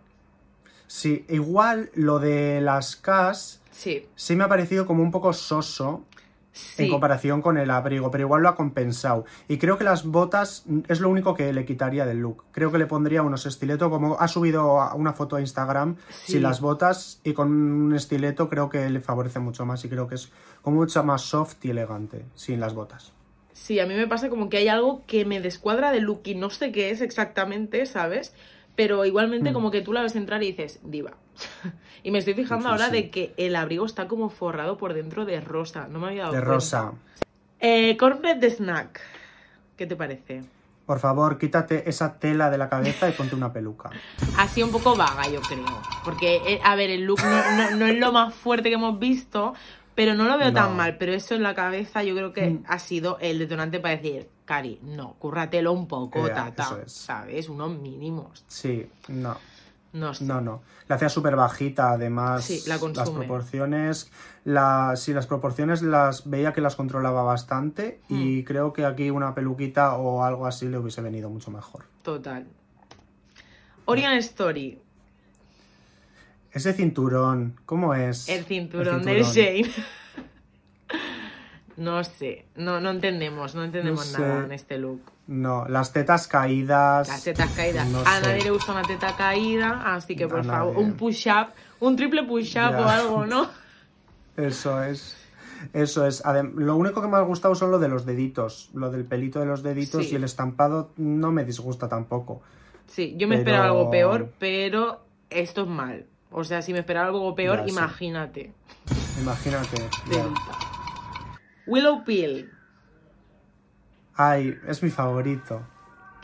Speaker 3: Sí, igual lo de las cas
Speaker 4: Sí,
Speaker 3: sí me ha parecido como un poco soso
Speaker 4: sí.
Speaker 3: en comparación con el abrigo, pero igual lo ha compensado. Y creo que las botas mm, es lo único que le quitaría del look. Creo que le pondría unos estiletos, como ha subido a- una foto a Instagram
Speaker 4: Sí.
Speaker 3: sin las botas y con un estileto creo que le favorece mucho más y creo que es como mucho más soft y elegante sin las botas.
Speaker 4: Sí, a mí me pasa como que hay algo que me descuadra de look y no sé qué es exactamente, ¿sabes? Pero igualmente
Speaker 3: Mm.
Speaker 4: como que tú la ves entrar y dices, diva. (laughs) y me estoy fijando
Speaker 3: Sí,
Speaker 4: ahora
Speaker 3: sí.
Speaker 4: de que el abrigo está como forrado por dentro de rosa. No me había dado
Speaker 3: De
Speaker 4: cuenta.
Speaker 3: rosa.
Speaker 4: Eh, cornbread de snack. ¿Qué te parece?
Speaker 3: Por favor, quítate esa tela de la cabeza y ponte una peluca.
Speaker 4: Así un poco vaga, yo creo. Porque, eh, a ver, el look no, no- no es lo más fuerte que hemos visto, pero no lo veo tan
Speaker 3: No.
Speaker 4: mal. Pero eso en la cabeza yo creo que
Speaker 3: Mm.
Speaker 4: ha sido el detonante para decir, Cari, no, cúrratelo un poco,
Speaker 3: Ea,
Speaker 4: tata.
Speaker 3: eso es.
Speaker 4: ¿Sabes? Unos mínimos.
Speaker 3: Sí, no.
Speaker 4: No sé.
Speaker 3: No, no. La hacía súper bajita, además.
Speaker 4: Sí, la
Speaker 3: las
Speaker 4: consume.
Speaker 3: proporciones. La, sí, las proporciones las veía que las controlaba bastante.
Speaker 4: Mm.
Speaker 3: Y creo que aquí una peluquita o algo así le hubiese venido mucho mejor.
Speaker 4: Total.
Speaker 3: Eh.
Speaker 4: Orion Story.
Speaker 3: Ese cinturón, ¿cómo es?
Speaker 4: El cinturón, de Shane. (laughs) no sé. No, no entendemos. No entendemos
Speaker 3: No
Speaker 4: nada
Speaker 3: sé.
Speaker 4: en este look.
Speaker 3: No, las tetas caídas.
Speaker 4: Las tetas caídas.
Speaker 3: No
Speaker 4: a
Speaker 3: sé.
Speaker 4: nadie le gusta una teta caída, así que por
Speaker 3: A
Speaker 4: favor,
Speaker 3: nadie.
Speaker 4: un push-up, un triple push-up
Speaker 3: Ya.
Speaker 4: o
Speaker 3: (laughs)
Speaker 4: algo, ¿no?
Speaker 3: Eso es. Eso es. Adem- lo único que me ha gustado son lo de los deditos. Lo del pelito de los deditos
Speaker 4: Sí.
Speaker 3: y el estampado no me disgusta tampoco.
Speaker 4: Sí, yo me
Speaker 3: Pero-
Speaker 4: esperaba algo peor, pero esto es mal. O sea, si me esperaba algo peor,
Speaker 3: Ya, sí.
Speaker 4: imagínate.
Speaker 3: Imagínate. ya.
Speaker 4: Telita. Willow Peel,
Speaker 3: Ay, es mi favorito.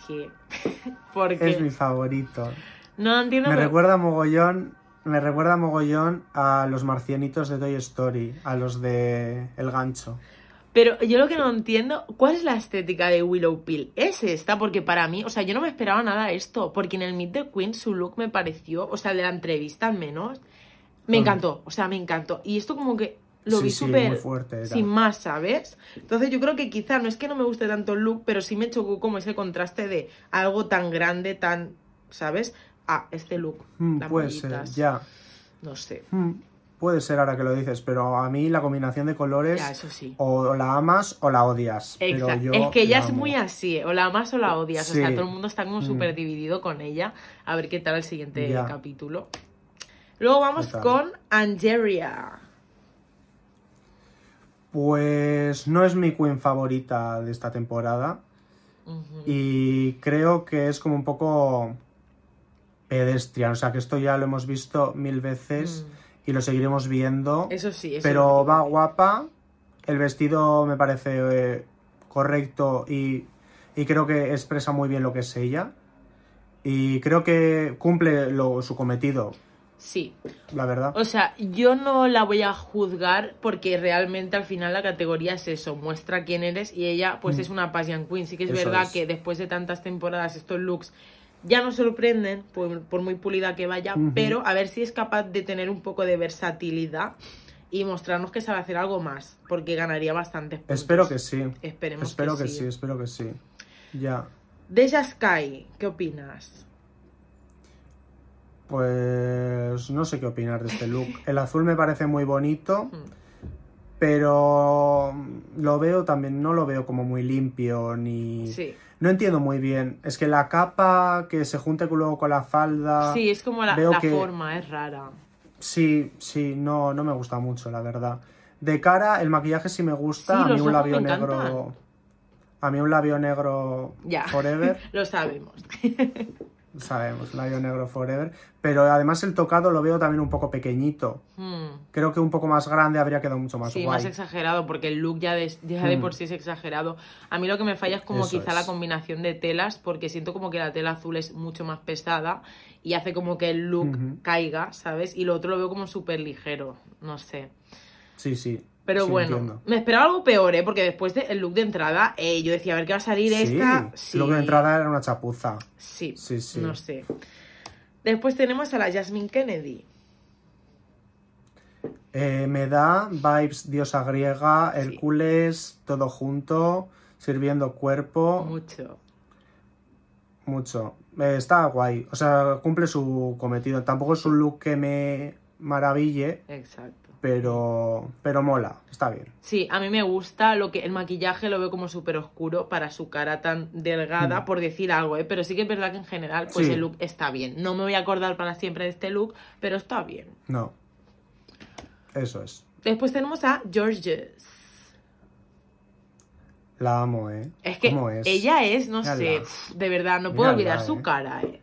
Speaker 4: que (laughs) porque
Speaker 3: Es mi favorito.
Speaker 4: no entiendo
Speaker 3: Me
Speaker 4: por-
Speaker 3: recuerda mogollón, me recuerda mogollón a los marcianitos de Toy Story, a los de El Gancho.
Speaker 4: Pero yo lo que no entiendo, ¿cuál es la estética de Willow Peel? Es esta, porque para mí, o sea, yo no me esperaba nada de esto, porque en el Meet the Queen su look me pareció, o sea, de la entrevista al menos, me
Speaker 3: Mm.
Speaker 4: encantó, o sea, me encantó. Y esto como que lo
Speaker 3: Sí,
Speaker 4: vi
Speaker 3: sí,
Speaker 4: súper
Speaker 3: muy fuerte era.
Speaker 4: sin más, ¿sabes? Entonces yo creo que quizá no es que no me guste tanto el look, pero sí me chocó como ese contraste de algo tan grande, tan, ¿sabes? A este look.
Speaker 3: Mm,
Speaker 4: las
Speaker 3: puede ser,
Speaker 4: mallitas,
Speaker 3: ya.
Speaker 4: No sé.
Speaker 3: Mm, puede ser ahora que lo dices, pero a mí la combinación de colores
Speaker 4: Ya, eso sí.
Speaker 3: o la amas o la odias. pero
Speaker 4: Exacto.
Speaker 3: yo
Speaker 4: es que ella
Speaker 3: la
Speaker 4: es
Speaker 3: amo.
Speaker 4: muy así, eh, o la amas o la odias. O sea,
Speaker 3: Sí.
Speaker 4: todo el mundo está como
Speaker 3: Mm.
Speaker 4: súper dividido con ella. A ver qué tal el siguiente
Speaker 3: Ya.
Speaker 4: capítulo. Luego vamos
Speaker 3: Total.
Speaker 4: con Angeria.
Speaker 3: Pues no es mi queen favorita de esta temporada.
Speaker 4: Ujú.
Speaker 3: Y creo que es como un poco pedestrian. O sea, que esto ya lo hemos visto mil veces y lo seguiremos viendo.
Speaker 4: Mm. Eso sí, eso es lo
Speaker 3: pero
Speaker 4: que
Speaker 3: va
Speaker 4: digo.
Speaker 3: guapa. El vestido me parece eh, correcto y, y creo que expresa muy bien lo que es ella. Y creo que cumple lo- su cometido,
Speaker 4: Sí.
Speaker 3: la verdad.
Speaker 4: O sea, yo no la voy a juzgar porque realmente al final la categoría es eso, muestra quién eres y ella pues
Speaker 3: Mm.
Speaker 4: es una pageant queen. Sí que es
Speaker 3: Eso
Speaker 4: verdad
Speaker 3: es.
Speaker 4: que después de tantas temporadas estos looks ya no sorprenden por, por muy pulida que vaya,
Speaker 3: Ujú.
Speaker 4: pero a ver si es capaz de tener un poco de versatilidad y mostrarnos que sabe hacer algo más, porque ganaría bastantes puntos.
Speaker 3: Espero que sí.
Speaker 4: Esperemos
Speaker 3: Espero que, sí,
Speaker 4: sí.
Speaker 3: espero que sí. Ya.
Speaker 4: Deja Sky, ¿qué opinas?
Speaker 3: Pues no sé qué opinar de este look. El azul me parece muy
Speaker 4: (laughs)
Speaker 3: bonito,
Speaker 4: Hmm.
Speaker 3: pero lo veo también, no lo veo como muy limpio ni...
Speaker 4: Sí.
Speaker 3: No entiendo muy bien. Es que la capa que se junte luego con la falda...
Speaker 4: Sí, es como la,
Speaker 3: Ah, veo
Speaker 4: la
Speaker 3: que-
Speaker 4: forma, es rara.
Speaker 3: Sí, sí, no, no me gusta mucho, la verdad. De cara, el maquillaje sí me gusta.
Speaker 4: Sí,
Speaker 3: a mí un
Speaker 4: los ojos me
Speaker 3: labio negro...
Speaker 4: encantan.
Speaker 3: A mí un labio negro
Speaker 4: Ya.
Speaker 3: forever.
Speaker 4: (laughs) Lo sabemos.
Speaker 3: Pues Sabemos, labio negro forever. Pero además el tocado lo veo también un poco pequeñito.
Speaker 4: Hmm.
Speaker 3: Creo que un poco más grande habría quedado mucho más
Speaker 4: sí,
Speaker 3: guay.
Speaker 4: más exagerado, porque el look ya de, ya de
Speaker 3: Mm.
Speaker 4: por sí es exagerado. A mí lo que me falla es como
Speaker 3: Eso
Speaker 4: quizá
Speaker 3: es.
Speaker 4: la combinación de telas, porque siento como que la tela azul es mucho más pesada y hace como que el look
Speaker 3: Ujú.
Speaker 4: caiga, ¿sabes? Y lo otro lo veo como súper ligero, no sé.
Speaker 3: Sí, sí.
Speaker 4: Pero
Speaker 3: sí,
Speaker 4: bueno,
Speaker 3: entiendo.
Speaker 4: me esperaba algo peor, ¿eh? Porque después del look de entrada, eh, yo decía, a ver qué va a salir esta.
Speaker 3: Sí, lo que de entrada era una chapuza.
Speaker 4: Sí,
Speaker 3: Sí, sí.
Speaker 4: no sé. Después tenemos a la Jasmine Kennedy.
Speaker 3: Eh, me da vibes diosa griega,
Speaker 4: Sí.
Speaker 3: Hércules, todo junto, sirviendo cuerpo,
Speaker 4: Mucho.
Speaker 3: mucho. Eh, está guay. O sea, cumple su cometido. Tampoco es un look que me maraville,
Speaker 4: Exacto.
Speaker 3: pero, pero mola. Está bien.
Speaker 4: Sí, a mí me gusta lo que el maquillaje lo veo como súper oscuro para su cara tan delgada,
Speaker 3: Mm.
Speaker 4: por decir algo, ¿eh? Pero sí que es verdad que en general, pues
Speaker 3: Sí.
Speaker 4: el look está bien. No me voy a acordar para siempre de este look, pero está bien.
Speaker 3: No. Eso es.
Speaker 4: Después tenemos a Georges.
Speaker 3: La amo, ¿eh?
Speaker 4: Es que
Speaker 3: ¿Cómo es?
Speaker 4: ella es, no
Speaker 3: Mírala.
Speaker 4: sé, pf, de verdad, no
Speaker 3: Mírala,
Speaker 4: puedo olvidar su
Speaker 3: eh.
Speaker 4: cara, ¿eh?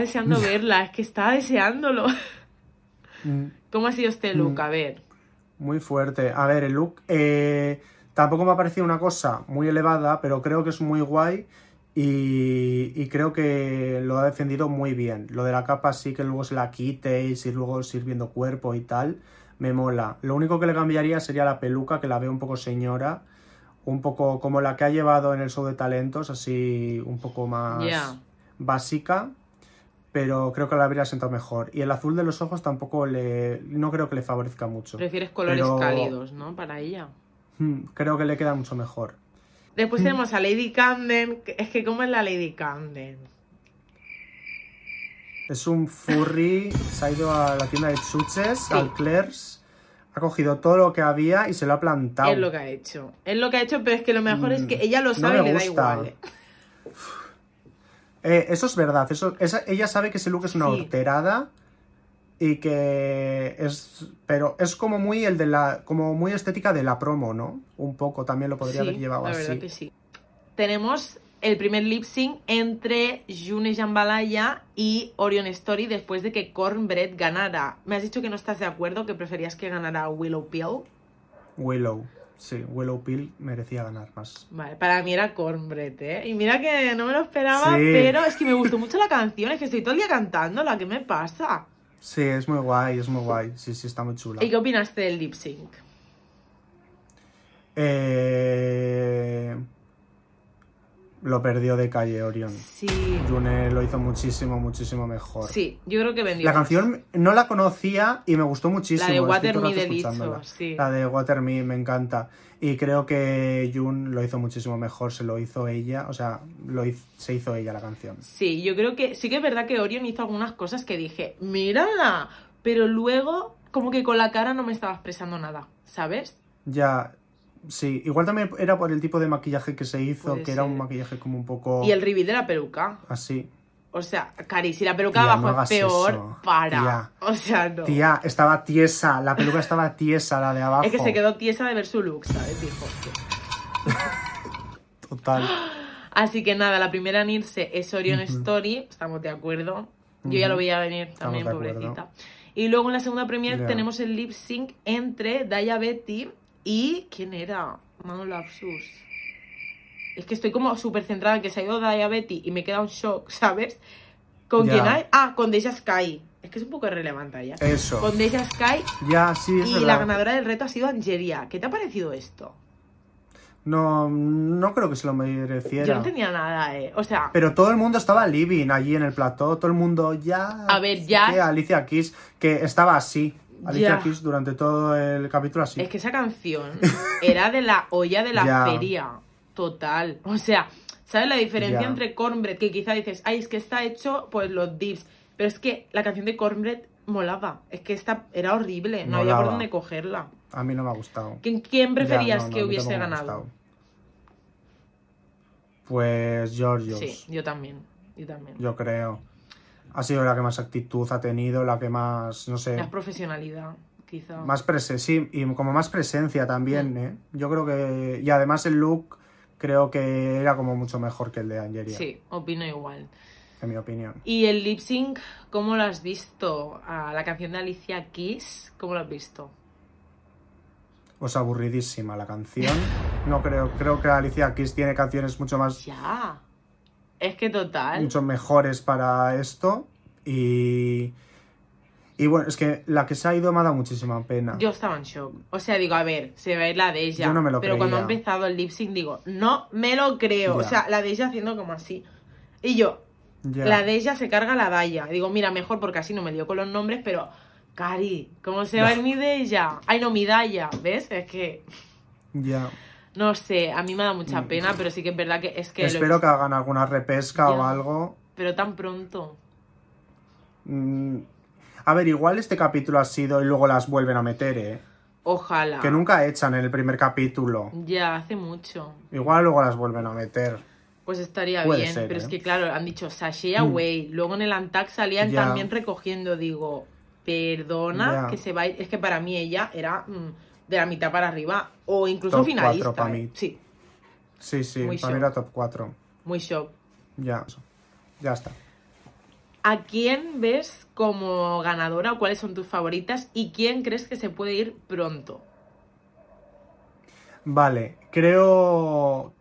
Speaker 3: (laughs)
Speaker 4: deseando verla, es que estaba deseándolo. (laughs)
Speaker 3: Mm,
Speaker 4: ¿Cómo ha sido este look?
Speaker 3: Mm.
Speaker 4: A ver.
Speaker 3: Muy fuerte. A ver, el look eh, tampoco me ha parecido una cosa muy elevada, pero creo que es muy guay y, y creo que lo ha defendido muy bien. Lo de la capa sí que luego se la quite y si luego sirviendo cuerpo y tal, me mola. Lo único que le cambiaría sería la peluca, que la veo un poco señora, un poco como la que Ah, ha llevado en el show de talentos, así un poco más
Speaker 4: Ya.
Speaker 3: básica. pero creo que la habría sentado mejor. Y el azul de los ojos tampoco le. No creo que le favorezca mucho.
Speaker 4: Prefieres colores
Speaker 3: Pero-
Speaker 4: cálidos, ¿no? Para ella.
Speaker 3: Hmm, Creo que le queda mucho mejor.
Speaker 4: Después tenemos a Lady Camden. que- Es que, ¿cómo es la Lady Camden?
Speaker 3: Es un furry, se ha ido a la tienda de chuches, al Claire's, ha cogido todo lo que había y se lo ha plantado.
Speaker 4: Es lo que ha hecho. Es lo que ha hecho, pero es que lo mejor es que ella lo
Speaker 3: Mm. no
Speaker 4: sabe y
Speaker 3: me
Speaker 4: le da
Speaker 3: gusta.
Speaker 4: igual.
Speaker 3: Eh, eso es verdad, eso, esa- ella sabe que ese look es una
Speaker 4: Sí.
Speaker 3: horterada y que es... Pero es como muy el de la... como muy estética de la promo, ¿no? Un poco también lo podría
Speaker 4: Sí,
Speaker 3: haber llevado
Speaker 4: la verdad
Speaker 3: así.
Speaker 4: que sí. Tenemos el primer lip sync entre June Jambalaya y Orion Story después de que Cornbread ganara. Me has dicho que no estás de acuerdo, que preferías que ganara Willow Peel.
Speaker 3: Willow, sí, Willow Peel merecía ganar más.
Speaker 4: Vale, para mí era Cornbread, ¿eh? Y mira que no me lo esperaba,
Speaker 3: Sí.
Speaker 4: pero es que me gustó mucho la canción, es que estoy todo el día cantando, la que me pasa.
Speaker 3: Sí, es muy guay, es muy guay, sí, sí, está muy chula.
Speaker 4: ¿Y qué opinaste del lip sync?
Speaker 3: Eh, Lo perdió de calle Orion.
Speaker 4: Sí,
Speaker 3: June lo hizo muchísimo, muchísimo mejor.
Speaker 4: sí, yo creo que vendió.
Speaker 3: La
Speaker 4: más.
Speaker 3: canción no la conocía y me gustó muchísimo.
Speaker 4: La de
Speaker 3: estoy
Speaker 4: Water
Speaker 3: todo el rato
Speaker 4: Me del Itzo,
Speaker 3: escuchándola.
Speaker 4: sí.
Speaker 3: La de Water Me me encanta. Y creo que June lo hizo muchísimo mejor, se lo hizo ella, o sea, lo hiz- se hizo ella la canción.
Speaker 4: Sí, yo creo que sí que es verdad que Orion hizo algunas cosas que dije, mírala, pero luego como que con la cara no me estaba expresando nada, ¿sabes?
Speaker 3: Ya, sí, igual también era por el tipo de maquillaje que se hizo,
Speaker 4: Puede
Speaker 3: que era
Speaker 4: ser.
Speaker 3: un maquillaje como un poco
Speaker 4: Y el reveal de la peluca.
Speaker 3: así.
Speaker 4: O sea, Cari, si la peluca
Speaker 3: Tía,
Speaker 4: abajo
Speaker 3: no hagas
Speaker 4: es peor,
Speaker 3: eso,
Speaker 4: para.
Speaker 3: tía.
Speaker 4: o sea, no.
Speaker 3: Tía, estaba tiesa, la peluca estaba tiesa, la de abajo.
Speaker 4: es que se quedó tiesa de ver su look, ¿sabes? Dijo. "Hostia".
Speaker 3: Total.
Speaker 4: Así que nada, la primera en irse es Orion Story, estamos de acuerdo. Yo ya lo
Speaker 3: Ujú.
Speaker 4: veía venir también,
Speaker 3: de acuerdo.
Speaker 4: pobrecita. Y luego en la segunda premier
Speaker 3: Ya.
Speaker 4: tenemos el lip sync entre Daya Betty y. ¿Quién era? Manu Lapsus. Es que estoy como súper centrada en que se ha ido Daya Betty y me queda un shock, (laughs) ¿sabes? ¿Con
Speaker 3: Ya.
Speaker 4: quién hay? Ah, con Deja Sky. Es que es un poco irrelevante ya.
Speaker 3: Eso.
Speaker 4: (gasps) Con Deja Sky
Speaker 3: Ya, sí, es
Speaker 4: y la
Speaker 3: verdad.
Speaker 4: ganadora del reto ha sido Angelia. ¿Qué te ha parecido esto?
Speaker 3: No, no creo que se lo mereciera.
Speaker 4: Yo no tenía nada, eh. O sea,
Speaker 3: Pero todo el mundo estaba living allí en el plató, todo el mundo ya.
Speaker 4: A ver, ya-
Speaker 3: Que Alicia Keys, que estaba así. Alicia
Speaker 4: Ya.
Speaker 3: Keys durante todo el capítulo así.
Speaker 4: Es que esa canción era de la olla de la
Speaker 3: Ya.
Speaker 4: feria. Total. O sea, ¿sabes la diferencia
Speaker 3: Ya.
Speaker 4: entre Cornbread? Que quizá dices, ay, es que está hecho pues los dips. Pero es que la canción de Cornbread molaba. Es que esta era horrible. No había por
Speaker 3: Molaba.
Speaker 4: dónde cogerla.
Speaker 3: A mí no me ha gustado.
Speaker 4: ¿Quién, quién preferías
Speaker 3: Ya, no, no, a
Speaker 4: que
Speaker 3: mí
Speaker 4: hubiese
Speaker 3: tampoco me ha
Speaker 4: ganado?
Speaker 3: gustado. Pues Georgios,
Speaker 4: Sí, yo también. Yo también.
Speaker 3: yo creo. Ha sido la que más actitud ha tenido, la que más, no sé,
Speaker 4: Más profesionalidad, quizá.
Speaker 3: más presencia, sí, y como más presencia también,
Speaker 4: Mm.
Speaker 3: ¿eh? Yo creo que, y además el look creo que era como mucho mejor que el de Angelia,
Speaker 4: Sí, opino igual.
Speaker 3: en mi opinión.
Speaker 4: ¿Y el lip sync, cómo lo has visto? A la canción de Alicia Keys, ¿cómo lo has visto?
Speaker 3: Pues aburridísima la canción. No creo, creo que Alicia Keys tiene canciones mucho más,
Speaker 4: Ya. Es que total.
Speaker 3: mucho mejores para esto. Y, y bueno, es que la que se ha ido me ha dado muchísima pena.
Speaker 4: Yo estaba en shock. O sea, digo, a ver, se va a ir la de ella.
Speaker 3: Yo no me lo
Speaker 4: Pero cuando ha
Speaker 3: creía.
Speaker 4: empezado el lip sync, digo, no me lo creo. O
Speaker 3: Ya.
Speaker 4: sea, la de ella haciendo como así. Y yo,
Speaker 3: Ya.
Speaker 4: la de ella se carga la Daya. Digo, mira, mejor porque así no me lío con los nombres, pero. Cari, ¿cómo se va a ir mi de ella? Ay, no, mi Daya. ¿Ves? Es que.
Speaker 3: ya.
Speaker 4: No sé, a mí me da mucha pena, pero sí que es verdad que es que. lo he
Speaker 3: Mm. Espero que
Speaker 4: visto-
Speaker 3: hagan alguna repesca o
Speaker 4: Ya.
Speaker 3: algo.
Speaker 4: Pero tan pronto.
Speaker 3: Mm, A ver, igual este capítulo ha sido y luego las vuelven a meter, ¿eh?
Speaker 4: Ojalá.
Speaker 3: Que nunca echan en el primer capítulo.
Speaker 4: Ya, hace mucho.
Speaker 3: Igual luego las vuelven a meter.
Speaker 4: Pues estaría
Speaker 3: Puede
Speaker 4: bien,
Speaker 3: ser,
Speaker 4: pero
Speaker 3: ¿eh? Mm.
Speaker 4: es que claro, han dicho sashay away, luego en el Antac salían
Speaker 3: Ya.
Speaker 4: también recogiendo, digo, perdona
Speaker 3: Ya.
Speaker 4: que se va a ir, es que para mí ella era mm, de la mitad para arriba, o incluso
Speaker 3: Top
Speaker 4: finalista.
Speaker 3: cuatro pa'
Speaker 4: ¿eh?
Speaker 3: mí.
Speaker 4: Sí,
Speaker 3: Sí, sí,
Speaker 4: Muy
Speaker 3: para mí
Speaker 4: shock.
Speaker 3: era top 4.
Speaker 4: muy shock.
Speaker 3: Ya. Ya está.
Speaker 4: ¿A quién ves como ganadora o cuáles son tus favoritas y quién crees que se puede ir pronto?
Speaker 3: Vale, creo.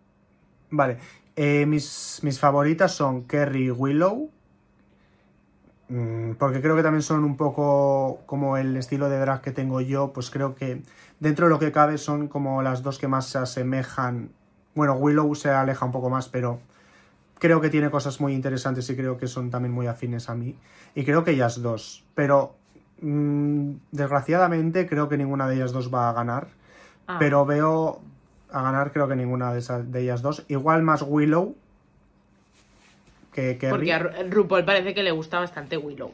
Speaker 3: Vale, eh, mis, mis favoritas son Kerry y Willow. Mm, Porque creo que también son un poco como el estilo de drag que tengo yo, pues creo que dentro de lo que cabe son como las dos que más se asemejan. Bueno, Willow se aleja un poco más, pero creo que tiene cosas muy interesantes y creo que son también muy afines a mí. Y creo que ellas dos. Pero mm, desgraciadamente creo que ninguna de ellas dos va a ganar.
Speaker 4: Ah,
Speaker 3: Pero veo a ganar creo que ninguna de, esas, de ellas dos. Igual más Willow que Kerry.
Speaker 4: Porque a Ru- RuPaul parece que le gusta bastante Willow.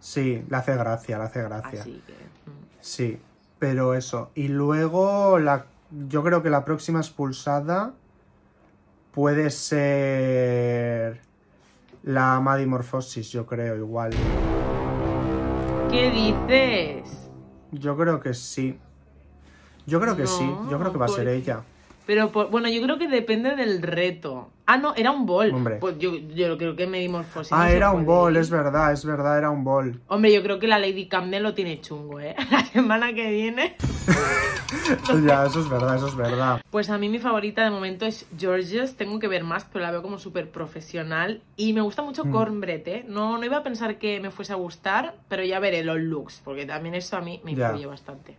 Speaker 3: Sí, le hace gracia, le hace gracia.
Speaker 4: Así que. mm.
Speaker 3: Sí, pero eso. Y luego la, yo creo que la próxima expulsada puede ser la Madimorphosis, yo creo, igual.
Speaker 4: ¿Qué dices?
Speaker 3: Yo creo que sí. Yo creo que sí, yo creo que va a ser
Speaker 4: No,
Speaker 3: ella.
Speaker 4: Pero por- bueno, yo creo que depende del reto. Ah, no, era un bol.
Speaker 3: Hombre.
Speaker 4: Pues yo, yo creo que me dimos fósil, no
Speaker 3: Ah,
Speaker 4: se
Speaker 3: era un
Speaker 4: puede
Speaker 3: bol,
Speaker 4: ir.
Speaker 3: es verdad, es verdad, era un bol.
Speaker 4: Hombre, yo creo que la Lady Camden lo tiene chungo, ¿eh? (laughs) La semana que viene.
Speaker 3: (laughs) Ya, eso es verdad, eso es verdad.
Speaker 4: Pues a mí mi favorita de momento es Georges. Tengo que ver más, pero la veo como súper profesional. Y me gusta
Speaker 3: Mm.
Speaker 4: mucho Cornbread, ¿eh? No, no iba a pensar que me fuese a gustar, pero ya veré los looks, porque también eso a mí me
Speaker 3: Ya.
Speaker 4: influye bastante.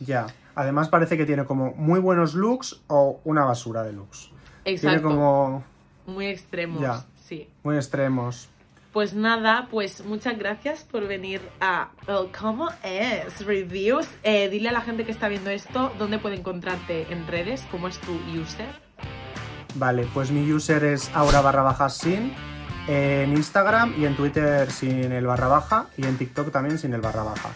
Speaker 3: Ya. Además parece que tiene como muy buenos looks o una basura de looks. Tiene
Speaker 4: Exacto.
Speaker 3: como
Speaker 4: Muy extremos.
Speaker 3: Ya.
Speaker 4: Sí.
Speaker 3: muy extremos.
Speaker 4: Pues nada, pues muchas gracias por venir a el ¿Cómo es? Reviews. Eh, dile a la gente que está viendo esto dónde puede encontrarte en redes, cómo es tu user.
Speaker 3: Vale, pues mi user es aura barra baja sin en Instagram y en Twitter sin el barra baja y en TikTok también sin el barra baja.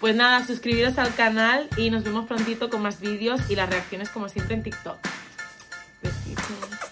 Speaker 4: Pues nada, suscribiros al canal y nos vemos prontito con más vídeos y las reacciones como siempre en TikTok. Besitos.